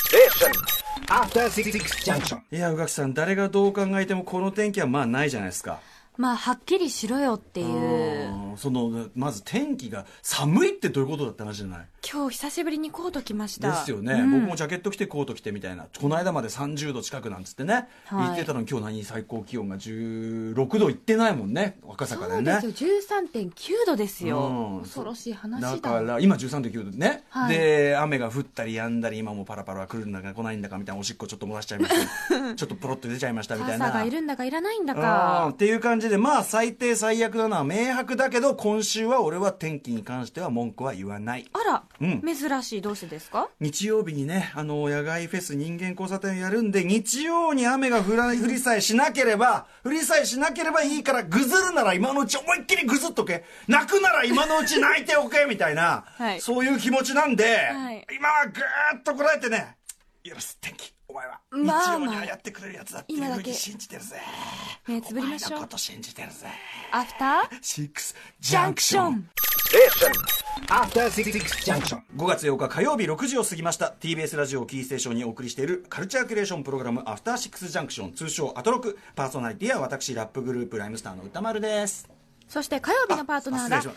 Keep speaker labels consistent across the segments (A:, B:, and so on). A: station. After six junction.
B: いや宇垣さん誰がどう考えてもこの天気はまあないじゃないですか
C: まあはっきりしろよっていう
B: うんそのまず天気が寒いってどういうことだって話じゃない
C: 今日久しぶりにコート着ました
B: ですよね、僕もジャケット着てコート着てみたいなこの間まで30度近くなんつってね、
C: はい
B: 言ってたのに今日何最高気温が16度いってないもんね赤坂
C: そ
B: で
C: う
B: ね
C: ですよ13.9度です
B: う
C: よ
B: ん
C: 恐ろしい話だ
B: だから今13.9度ね、
C: はい
B: で雨が降ったりやんだり今もパラパラ来るんだか来ないんだかみたいなおしっこちょっと漏らしちゃいました ちょっとポロッと出ちゃいましたみたいな
C: 傘がいるんだかいらないんだ
B: うんっ
C: か
B: ていう感じでまあ最低最悪なのは明白だけど今週は俺は天気に関しては文句は言わない
C: あら、
B: うん
C: 珍しいどうしてですか
B: 日曜日にねあの野外フェス人間交差点をやるんで日曜に雨が降ら降りさえしなければ降りさえしなければいいからぐずるなら今のうち思いっきりぐずっとけ泣くなら今のうち泣いておけみたいな、
C: はい
B: そういう気持ちなんで、
C: はい
B: 今はぐーっとこらえてねよし天気お前は
C: ま
B: 日
C: あまあ
B: 曜にはやってくれるやつだっていう
C: 今
B: ふ
C: だ
B: う
C: け
B: に信じてるぜ
C: 目つぶりまし
B: お前
C: ょ
B: のこ
C: う
B: と信じてるぜ
C: アフター
B: シックス
C: ジ
B: ジ
C: ャ
B: ャ
C: ン
B: ン
C: ク
B: ク
C: シ
B: シ
C: ョ
B: ョ
C: ン
B: ン
A: Station. After six junction.
B: 5月8日火曜日6時を過ぎました TBS ラジオをキーステーションにお送りしているカルチャーキュレーションプログラム「アフターシックスジャンクション」通称アトロクパーソナリティは私ラップグループライムスターの歌丸です
C: そして火曜日のパートナー
B: あ失
C: が
B: 礼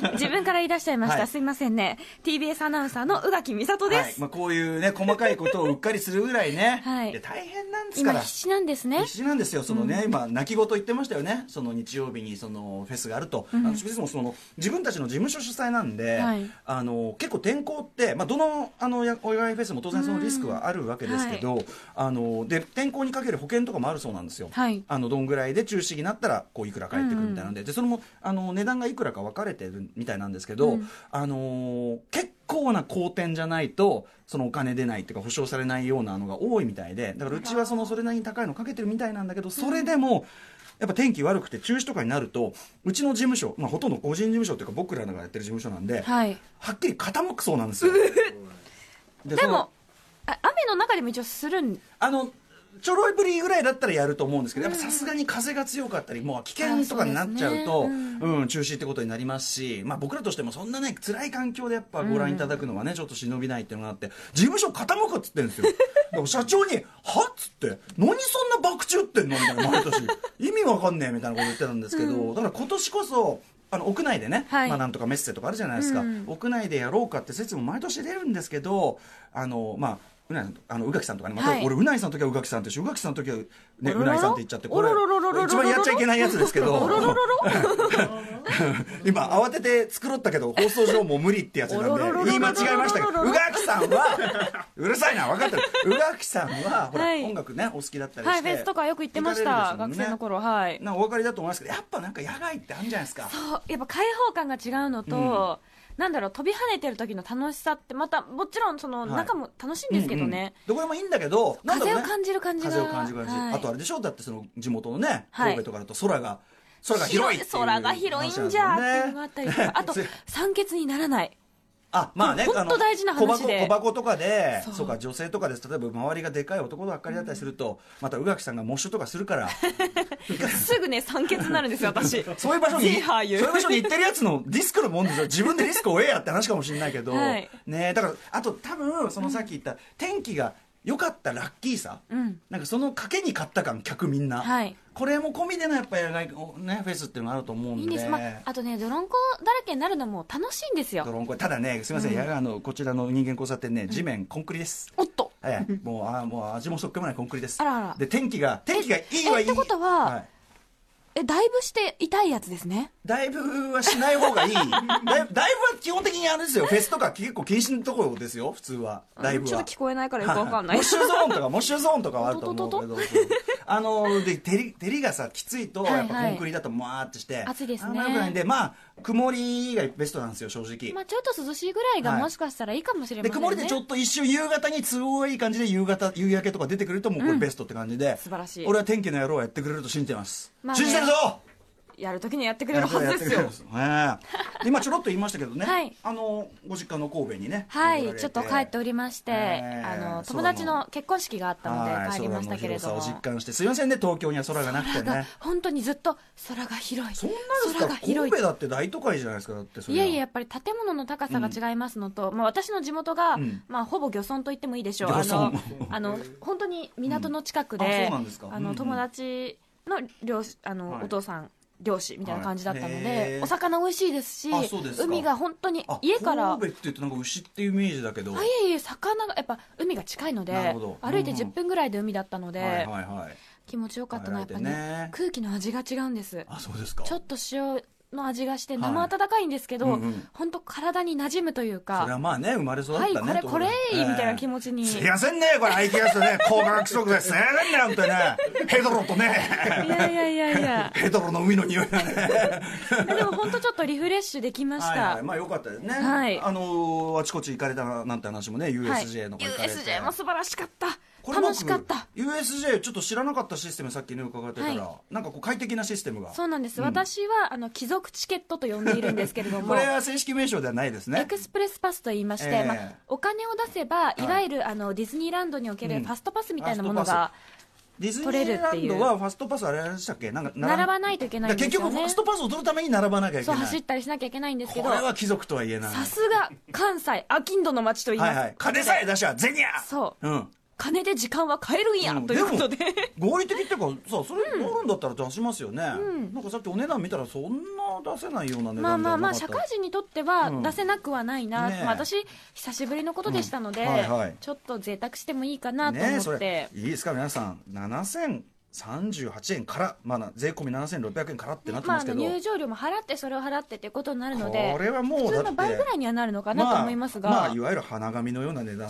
B: し ます
C: 自分から言い出しちゃいました、
B: はい
C: すいませんね TBS アナウンサーの宇垣美里です、
B: はいまあ、こういうね細かいことをうっかりするぐらいね、
C: はい
B: や大変なんですか
C: 今
B: ら
C: 必死なんですね
B: 必死なんですよ、そのね、今、泣き言言ってましたよね、その日曜日にそのフェスがあると、あの別にもその自分たちの事務所主催なんで、
C: はい
B: あの結構、転校って、まあ、どのあのやお祝いフェスも当然、そのリスクはあるわけですけど、あので転校にかける保険とかもあるそうなんですよ、
C: はい
B: あのどんぐらいで中止になったらこういくら返ってくるみたいなんで、でそれもあの値段がいくらか分かれてるみたいなんですけど、あのー結構な好転じゃないと、そのお金出ないっていうか、保証されないようなのが多いみたいで、だからうちはそのそれなりに高いのかけてるみたいなんだけど、それでも、やっぱ天気悪くて中止とかになると、うちの事務所、まあ、ほとんど個人事務所っていうか、僕らがやってる事務所なんで、
C: はい
B: はっきり傾くそうなん ですよ。で
C: で
B: その
C: もあ雨の中でも一応するん
B: あのちょろいぶりぐらいだったらやると思うんですけど、やっぱさすがに風が強かったり、もう危険とかになっちゃう
C: あそ
B: と、
C: うで
B: うん、中止ってことになりますし、まあ僕らとしてもそんなね、辛い環境でやっぱご覧いただくのはね、ちょっと忍びないっていうのがあって、事務所傾くっつってん ですよ。でも社長に、はっつって、何そんな爆中ってんのみたいな、毎年。意味わかんねえみたいなこと言ってたんですけど、だから今年こそ、あの屋内でね、
C: はい
B: まあなんとかメッセとかあるじゃないですか、
C: うん
B: 屋内でやろうかって説も毎年出るんですけど、あの、まあ、うないあの宇垣さんとかね、また
C: はい
B: 俺、うないさんの時はうがきさんってし、うがきさんの時はね、
C: おろろ
B: うないさんって言っちゃって、これ
C: おろろろろろろろろ、
B: 一番やっちゃいけないやつですけど
C: お、ろろろろ
B: 今、慌てて繕ったけど、放送上もう無理ってやつな
C: お
B: ん
C: ろろろろろろ
B: で、言い間違えましたけど、うがきさんは、うるさいな、分かってる、うがきさんは、ほら
C: はい、
B: 音楽ね、お好きだったりして、
C: はいフェスとかよく行ってまし
B: 行か
C: た、
B: れる
C: 学
B: でしょうね
C: 生の頃はい
B: なんかお分かりだと思いますけど、やっぱなんか野外ってあるんじゃないですか。
C: そうやっぱ開放感が違うのと、なんだろう飛び跳ねてる時の楽しさってまたもちろんその
B: い
C: 中も楽しいんですけどね、
B: うんうんどこでもいいんだけど、なんだろうね
C: 風を感じる感じが
B: 風を感じる感じ、
C: はい
B: あとあれでしょだってその地元のね、
C: はい
B: 神戸とかだと空が空が広いっていう
C: 空が広いんじゃーっていうのがあったりとか、あと
B: そう
C: 酸欠にならない
B: あまあね
C: ほんと
B: あの
C: 大事な話で
B: 小箱小箱とかで
C: そ
B: そううか女性とかです例えば周りがでかい男ばっかりだったりすると、また宇垣さんがモッシュとかするから
C: すぐね酸欠になるんですよ私
B: そういう場所 に
C: ゼーハ
B: そう
C: ー言
B: いうう場所に行ってるやつのディスクのもんですよ自分でリスクを負えやって話かもしれないけど、
C: はい
B: ねだからあと多分そのさっき言った、天気が良かったラッキーさ、
C: うん
B: なんかその賭けに勝った感客みんな、
C: はい
B: これも込みでのやっぱ野外、ね、フェスっていうのがあると思うんで
C: いいんです、まあ、あとね泥んこだらけになるのも楽しいんです
B: ド
C: よ
B: ローンこれただねすみません、やがあのこちらの人間交差点ね地面コンクリです、
C: おっと
B: はい、もうあもう味もそっけもないコンクリです
C: あらあら
B: で天気が天気がいいはいい
C: えってことはいえだいぶして痛いやつですね
B: だいぶはしない 方がいいだいだいぶは基本的にあれですよフェスとか結構禁止のところですよ普通はだいぶは、
C: ちょっと聞こえないからよくわかんない
B: モッシュゾーンとかモッシュゾーンとかはあると思うけどあので照り照りがさきついと
C: はいはい
B: やっぱコンクリだともわーってして、
C: 暑いですね
B: あんま良くないんでまあ曇りがベストなんですよ正直、
C: まあちょっと涼しいぐらいが
B: はい
C: もしかしたらいいかもしれま
B: で
C: せんね、
B: 曇りでちょっと一瞬夕方に都合がいい感じで夕方夕焼けとか出てくるともうこれベストって感じで、
C: 素晴らしい
B: 俺は天気の野郎をやってくれると信じてます、
C: まあね
B: 信じてるぞ
C: やるときにやってくれるはずですよ。
B: ねえ今ちょろっと言いましたけどね、
C: はい
B: あのご実家の神戸にね
C: はい、ちょっと帰っておりまして、
B: えー
C: あの
B: そう
C: 友
B: なの
C: 達の結婚式があったので帰りましたけれども、
B: はい空の広さを実感してすいませんね東京には空がなくて
C: が
B: ね
C: 本当にずっと空が広い、
B: そんなです
C: 空
B: か
C: が広
B: 神戸
C: い
B: だって大都会じゃないですかだってそ
C: い
B: れは
C: やいや、やっぱり建物の高さが違いますのと、まあ、私の地元が、
B: うん
C: まあ、ほぼ漁村と言ってもいいでしょう、
B: 漁
C: あ
B: 村
C: のあの本当に港の近く
B: うんあ
C: で、
B: そうなんですか
C: あ
B: うんう
C: の
B: ん
C: 友達の漁師あの、
B: はい
C: お父さん、漁師みたいな感じだったので、
B: はいへー
C: お魚美味しいですし
B: あそうですか
C: 海が本当に
B: あ
C: 家から。
B: 神戸っていうとなんか牛っていうイメージだけど
C: あいえいえ魚がやっぱ海が近いので
B: なるほど
C: 歩いて
B: うんうん
C: 10分ぐらいで海だったので、
B: はいはいはい
C: 気持ちよかったのはやっぱ
B: 帰られて
C: ね
B: ね
C: 空気の味が違うんです
B: あそうですか
C: ちょっと塩の味がして
B: い
C: 生温かいんですけど、
B: うんうん
C: 本当体に馴染むという
B: それは
C: か
B: まあね生まれ育った
C: は
B: ね
C: いこれ
B: と
C: これいいみたいな気持ちに、
B: すいませんねこれ IT やつ ね高価な規則ですいませんね本当にねヘドロとね
C: いやいやいやいや
B: ヘドロの海の匂いが ね
C: でも本当ちょっとリフレッシュできました、
B: はいはい、まあよかったですね、
C: はい
B: あのーあちこち行かれたなんて話もね USJ の方行かれて、
C: USJ も素晴らしかった
B: これ僕
C: 楽しかった
B: USJ ちょっと知らなかったシステムさっきね伺ってたら、
C: は
B: なんかこう快適なシステムが
C: そうなんです、
B: ん
C: 私はあの貴族チケットと呼んでいるんですけれど も
B: これは正式名称ではないです
C: エ
B: ね
C: クスプレスパスと言いまし
B: え
C: て、
B: え
C: まあ、お金を出せば、いわゆるあのディズニーランドにおけ
B: う
C: る
B: ん
C: ファストパスみたいなものが
B: ディズニ
C: 取れる
B: ー
C: っ
B: ラ
C: てい
B: ン
C: う
B: ドはファストパスあれでしたっけなんか
C: 並ば
B: い
C: ないといけないんで
B: 結
C: すよ
B: 局フ
C: ね
B: ァストパスを取るために並ばなきゃいけ
C: そう
B: ない
C: 走ったりしなきゃいけないんですけ
B: こ
C: ど
B: れは貴族とは言えない
C: さすが関西あきんどの町と言いま
B: は
C: す、
B: いはい金さえ出しゃ銭や、
C: そう
B: うん、
C: 金で時間は買えるんや、
B: うん
C: ということで
B: 合理的っていうかさそれ乗るんだったら出しますよね、なんかさっきお値段見たらそんな出せないような値段じゃなかった
C: まあまあまあ社会人にとっては
B: うん
C: 出せなくはないな、
B: ねえ
C: まあ、私久しぶりのことでしたので、
B: うんはいはい
C: ちょっと贅沢してもいいかなと
B: ねえ
C: 思
B: そ
C: っ
B: れ
C: て、
B: いいですか皆さん7038円から、まあな、税込み7600円からってなって
C: まあ、
B: ま
C: あ
B: す
C: の
B: けど、
C: 入場料も払ってそれを払ってっていうことになるので
B: これはもうだっ
C: 普
B: て
C: 通の倍ぐらいにはなるのかなと思いますが、
B: まあ
C: ま
B: まあ
C: あ
B: いわゆる花紙のような値段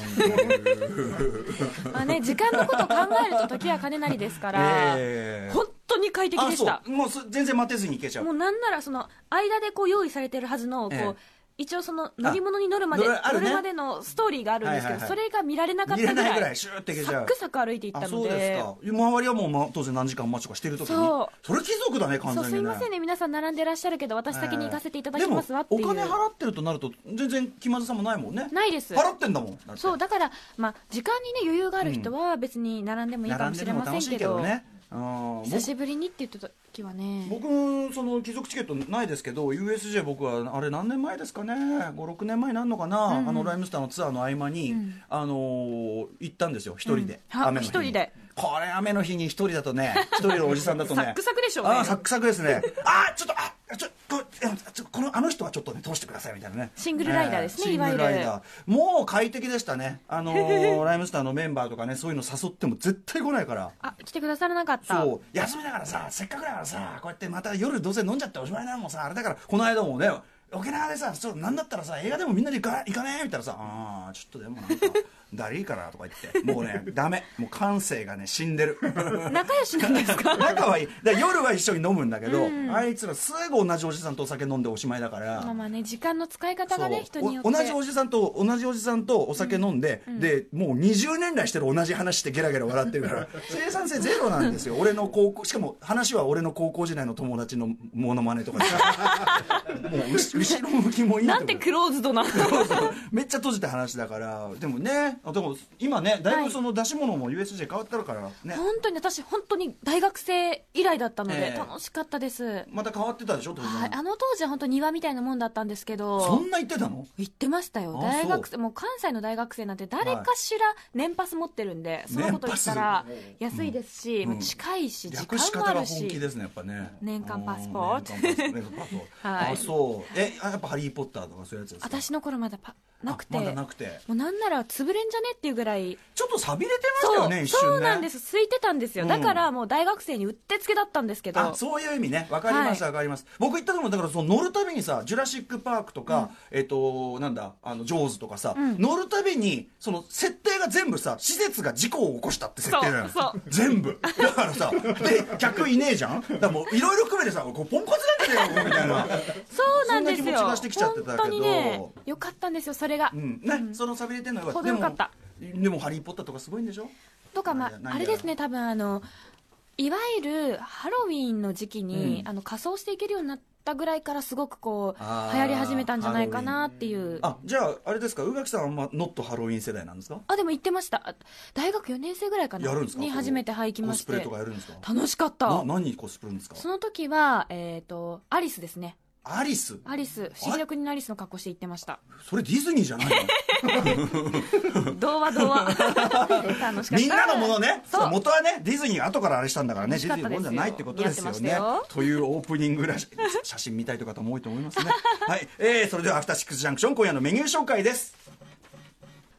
C: ね、時間のこと考えると時は金なりですから、
B: ええ
C: 本当に快適でした
B: あそうもうす全然待てずに行けちゃう
C: もうなんならその間でこう用意されてるはずのこう、
B: ええ
C: 一応その乗り物に乗るまで
B: あ乗るある
C: 乗
B: ね
C: るまでのストーリーがあるんですけ
B: はいは
C: ど、
B: いはい
C: それが見られなかっ
B: 見
C: た
B: れ
C: ぐ
B: ないぐ
C: ら
B: ら
C: い
B: いシューって行けち
C: サ
B: ゃ
C: ッ
B: う
C: クサク歩いていっ
B: あ
C: たの
B: そうです
C: で
B: か周りはもう、ま、当然何時間待ちとかしてる時に
C: そ
B: そうれ貴族だね完
C: そ
B: 全
C: う
B: にね
C: すいませんね皆さん並んでらっしゃるけど私先に行かせていただきますわっていう、
B: でもお金払ってるとなると全然気まずさもないもんね
C: ないです
B: 払ってんだもんだって
C: そうだから、まあ、時間にね余裕がある人は別に並んでもいいかも
B: 並ん
C: し
B: で
C: れ
B: るの
C: ま
B: も楽
C: せん
B: し
C: け
B: いけど
C: ど
B: ねうん
C: 久しぶりにって言った時はね
B: 僕僕その貴族チケットないですけど USJ 僕はあれ何年前ですかね56年前になんのかな、あのライムスターのツアーの合間に、あのー行ったんですよ一人で、
C: うん
B: 雨
C: あ
B: の日に
C: 一人で
B: これ雨の日に一人だとね一人のおじさんだとね
C: サックサクでしょうね
B: あーサックサクですねあーちょっとあちょこちょこのあの人はちょっとね通してくださいみたいなね
C: シングルライダーですね
B: シングル
C: いわゆる
B: ライダーもう快適でしたねあのー ライムスターのメンバーとかねそういうの誘っても絶対来ないから
C: あ来てくださらなかった
B: そう休みだからさせっかくだからさこうやってまた夜どうせ飲んじゃっておしまいなもんさあれだからこの間もね沖縄でさちょっとなんだったらさ映画でもみんなで行か行かねえみたいなさあーちょっとでもなんかだりいからとか言ってもうね ダメもう感性がね死んでる
C: 仲良しなんですか
B: 仲はいいだから夜は一緒に飲むんだけど、あいつらすぐ同じおじさんとお酒飲んでおしまいだから、
C: まあまあね時間の使い方がね人
B: そう
C: によって
B: お同じおじさんと同じおじさんとお酒飲んで、でもう20年来してる同じ話してゲラゲラ笑ってるから 生産性ゼロなんですよ俺の高校しかも話は俺の高校時代の友達のモノマネとか でもう後後ろ向きもいい
C: なんてクローズドな
B: そうそう めっちゃ閉じた話だからでもねあでも今ねだいぶその出し物も USJ 変わってるからね、
C: 本当に私本当に大学生以来だったので、
B: ええ
C: 楽しかったです、
B: また変わってたでしょ当然、
C: はい、あの当時は本当庭みたいなもんだったんですけ
B: そ
C: ど
B: んな言ってたの
C: 行ってましたよ
B: あ
C: 大学生もう関西の大学生なんて誰かしら年パス持ってるんで、そのこと言ったら安いですし、
B: うん
C: もう近いし時
B: 略し
C: 間も
B: 方
C: あ
B: が
C: る
B: 本気
C: し
B: ですねやっぱね
C: 年間パスポート
B: あ年間パス ポート
C: はい
B: あそうえあやっぱ「ハリー・ポッター」とかそういうやつですか
C: 私の頃まだパなくて
B: あまだなくて
C: もうなんなら潰れんじゃねっていうぐらい
B: ちょっと錆びれてました
C: そ
B: よ
C: う,、
B: ね一瞬ね
C: そうなんです空いてたんですよ、
B: うん
C: だからもう大学生にうってつけだったんですけ
B: あ
C: ど
B: そういう意味ねわかります
C: は
B: わかります僕行ったともだからその乗るたびにさ「ジュラシック・パーク」とか、えっとなんだ「あのジョーズ」とかさ、
C: ん
B: 乗るたびにその設定が全部さ施設が事故を起こしたって設定なの
C: そうそう
B: 全部だからさで客いねえじゃんだからもういろいろ含めてさこうポンコツなんだよみたいな
C: そうなんです
B: そんな気持
C: よ
B: ちがしてきちゃってたけ
C: 本
B: ど
C: 当にねよかったんですよそれが、
B: うんね、そのさびれてんのよかった
C: 程よかった
B: でもでもハリー・ポッターとかすごいんでしょ
C: とかま
B: あれ
C: あ
B: 何
C: あれですね多分あのいわゆるハロウィーンの時期に、
B: うん
C: あの仮装していけるようになったぐらいからすごくこう流
B: あー
C: 行り始めたんじゃないかなっていうあ
B: あじゃああれですか宇垣さんはあんまノットハロウィン世代なんですか
C: でも行ってましたあ大学4年生ぐらいかな
B: やるんですか
C: に初めてはい行きま
B: コ
C: し
B: スプレ
C: て
B: とかやるんですか
C: 楽しかっ
B: な
C: た
B: 何コスプレんですか
C: その時はえっ、とアリスですね
B: アリス
C: アリス不思議な国のアリスの格好して行ってました
B: それディズニーじゃない
C: 童話 童話楽しか
B: の
C: った
B: みんなのものね
C: そう
B: 元はねディズニー後からあれしたんだからね
C: 楽
B: デ
C: し
B: ィ
C: か
B: ズニー
C: った
B: のも
C: です
B: の
C: よ
B: じゃないってことですよね
C: やってましたよ
B: というオープニングらし写真見たいという方も多いと思います ねはい、えー、それでは「アフターシックスジャンクション」今夜のメニュー紹介です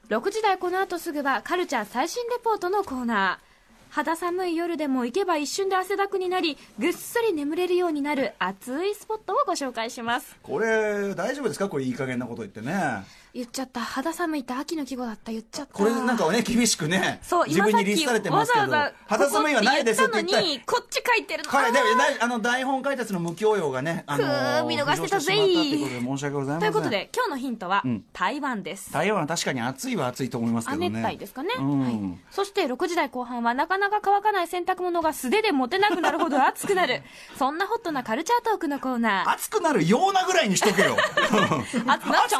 C: 6時台この後すぐはカルチャー最新レポートのコーナー肌寒い夜でも行けば一瞬で汗だくになりぐっすり眠れるようになる熱いスポットをご紹介します
B: これ大丈夫ですかこれいい加減なこと言ってね
C: 言っちゃった肌寒いって秋の季語だった言っちゃった
B: これなんかはね厳しくね
C: そう
B: 自
C: 今
B: 分
C: さっ
B: に律
C: き
B: されて
C: わ
B: ますけ
C: ざわ
B: ど
C: ざ
B: 肌寒いはないですっ
C: こ
B: て
C: こ
B: 言ってた
C: っ言ったのにこっち書いてるの
B: はい、で
C: あー
B: だいあの台本解説の無教養がね、あの
C: くー見逃してたぜ
B: 浮上しまったってことで申し訳ございません。
C: ということで今日のヒントは、
B: ん
C: 台湾です
B: 台湾は確かに暑いは暑いと思いますけ
C: 亜
B: どね。
C: 熱帯ですかね、
B: うん
C: はい、そして6時台後半はなかなか乾かない洗濯物が素手で持てなくなるほど熱くな るそんなホットなカルチャートークのコーナー
B: 暑くなるようなぐらいにしとけ よ。暑く
C: 熱くなっちゃう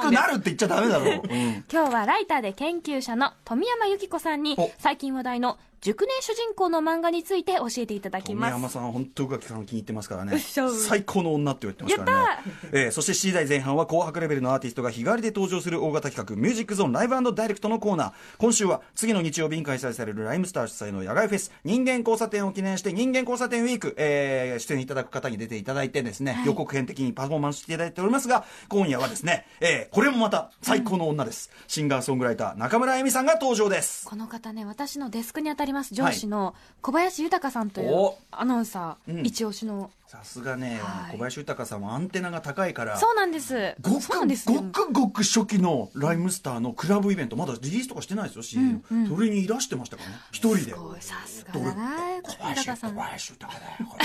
C: んです
B: なるって言っちゃダメだろう。うん
C: 今日はライターで研究者の富山由紀子さんに
B: お
C: 最近話題の熟年主人公の漫画について教えていただき
B: 富
C: ま
B: 山
C: す
B: さんは本当宇垣さん気に入ってますからね
C: っしゃ
B: 最高の女って言ってますからねえーそして7時台前半は紅白レベルのアーティストが日替わりで登場する大型企画「ミュージックゾーンライブダイレクト」のコーナー今週は次の日曜日に開催されるライムスター主催の野外フェス「人間交差点」を記念して「人間交差点ウィーク」えー出演いただく方に出ていただいてですね、予告編的にパフォーマンスしていただいておりますが今夜はですね、えーこれもまた最高の女です、シンガーソングライター中村あゆみさんが登場です
C: この方ね私のデスクに当たります上司の小林豊さんという
B: お
C: アナウンサー、
B: うん
C: 一押しの
B: さすがね、
C: はい
B: 小林豊さんはアンテナが高いから
C: そうなんです
B: ごく
C: そうなんですよ
B: ごくごく初期のライムスターのクラブイベントまだリリースとかしてないですよ CD の、それにいらしてましたからね一人です
C: ごいさすがだな
B: どれ
C: 小林豊さ
B: 小
C: んね
B: 林豊だよこ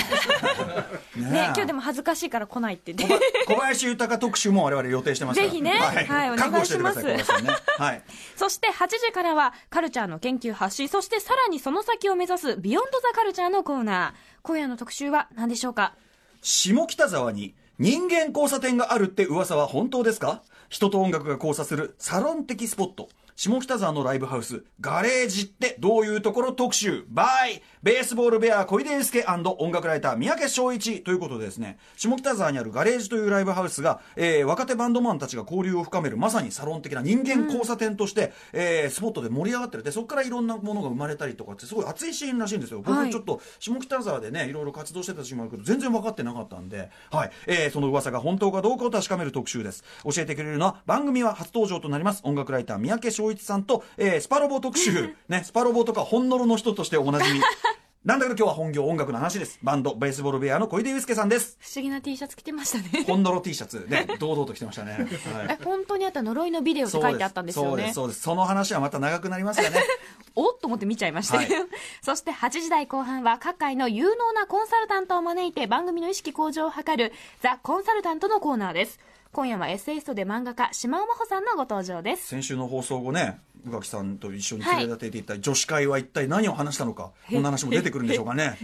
B: れね
C: 今日でも恥ずかしいから来ないって言って
B: 小林豊特集も我々予定してますから
C: ぜひねはいお願い
B: 覚悟しててください小林
C: します
B: さんねはい
C: そして8時からはカルチャーの研究発信そしてさらにその先を目指す「ビヨンド・ザ・カルチャー」のコーナー今夜の特集は何でしょうか
B: 下北沢に人間交差点があるって噂は本当ですか人と音楽が交差するサロン的スポット。下北沢のライブハウス、ガレージってどういうところ特集、バイベースボールベア、小出祐介音楽ライター、三宅昭一ということでですね、下北沢にあるガレージというライブハウスが、えー若手バンドマンたちが交流を深める、まさにサロン的な人間交差点として、えースポットで盛り上がってる。で、そこからいろんなものが生まれたりとかって、すごい熱いシーンらしいんですよ。
C: は
B: 僕
C: い
B: ちょっとちょっと下北沢でねいろいろ活動してた時もあるけど全然分かってなかったんで、はいえーその噂が本当かどうかを確かめる特集です教えてくれるのは番組は初登場となります音楽ライター三宅昭一さんと、えースパロボ特 集、ね、スパロボとかほんのろの人としておなじみ なんだけど今日は本業音楽の話ですバンドベースボールベアの小出祐介さん です
C: 不思議な T シャツ着てましたね
B: ほんのろ T シャツね堂々と着てましたね、はい
C: え本当にあった呪いのビデオ って書いてあったんですよ
B: そうで
C: ね
B: すそうですその話はまた長くなりますがね
C: おっと思って見ちゃいました、
B: はい
C: そして8時台後半は各界の有能なコンサルタントを招いて番組の意識向上を図るザ・コンサルタントのコーナーです今夜はエッセイストで漫画家島尾真帆さんのご登場です
B: 先週の放送後ね宇垣さんと一緒に連れ立てていった女子会は一体何を話したのか、こんな話も出てくるんでしょうか ね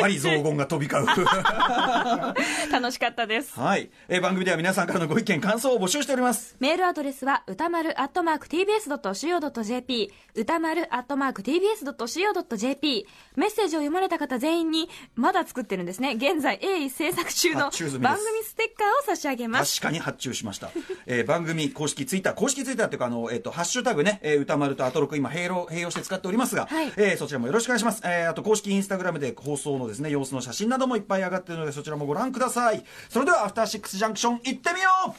B: バリ雑言が飛び交う
C: 楽しかったです
B: はい、えー番組では皆さんからのご意見感想を募集しております
C: メールアドレスは歌丸アットマーク TBS.CO.JP 歌丸アットマーク TBS.CO.JP メッセージを読まれた方全員にまだ作ってるんですね現在鋭意制作中の
B: あ
C: 番
B: チュー
C: 組
B: ズ
C: ス
B: ミです
C: テッカーを差し上げます
B: 確かに発注しました、えー番組公式ツイッター公式ツイッターというかあの、えっとハッシュタグね、えー歌丸とアトロク今併用併用して使っておりますが、
C: はい
B: えーそちらもよろしくお願いします、えーあと公式インスタグラムで放送のですね様子の写真などもいっぱい上がってるのでそちらもご覧くださいそれではアフターシックスジャンクション行ってみよう